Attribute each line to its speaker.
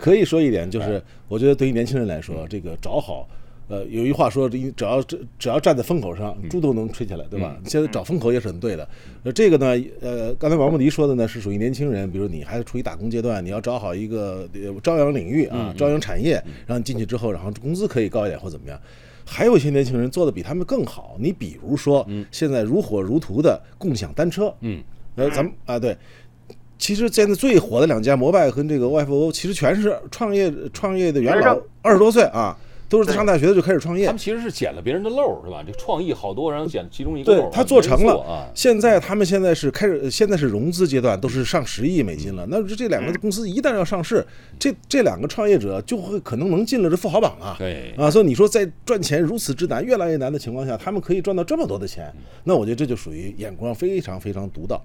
Speaker 1: 可以说一点，就是我觉得对于年轻人来说，这个找好，呃，有一句话说，只要只只要站在风口上，猪都能吹起来，对吧？现在找风口也是很对的。呃，这个呢，呃，刚才王梦迪说的呢，是属于年轻人，比如你还处于打工阶段，你要找好一个呃朝阳领域啊，朝阳产业，然后你进去之后，然后工资可以高一点或怎么样。还有一些年轻人做的比他们更好，你比如说，现在如火如荼的共享单车，嗯，呃，咱们啊，对，其实现在最火的两家，摩拜和这个 YFO，其实全是创业创业的元
Speaker 2: 学
Speaker 1: 老
Speaker 2: 生，
Speaker 1: 二十多岁啊，都是上大学就开始创业
Speaker 3: 他们。其实是捡了别人的漏儿，是吧？这创意好多，然后捡其中一个
Speaker 1: 对
Speaker 3: 漏儿，
Speaker 1: 他做成
Speaker 3: 没
Speaker 1: 了
Speaker 3: 做啊。
Speaker 1: 现在他们现在是开始，现在是融资阶段，都是上十亿美金
Speaker 3: 嗯
Speaker 1: 了。那这这两个公司一旦要上市，这这两个创业者就会可能能进了这富豪榜啊。
Speaker 3: 对
Speaker 1: 啊，所以你说在赚钱如此之难、越
Speaker 3: 嗯
Speaker 1: 来越难的情况下，他们可以赚到这么多的钱，那我觉得这就属于眼光非常非常独到。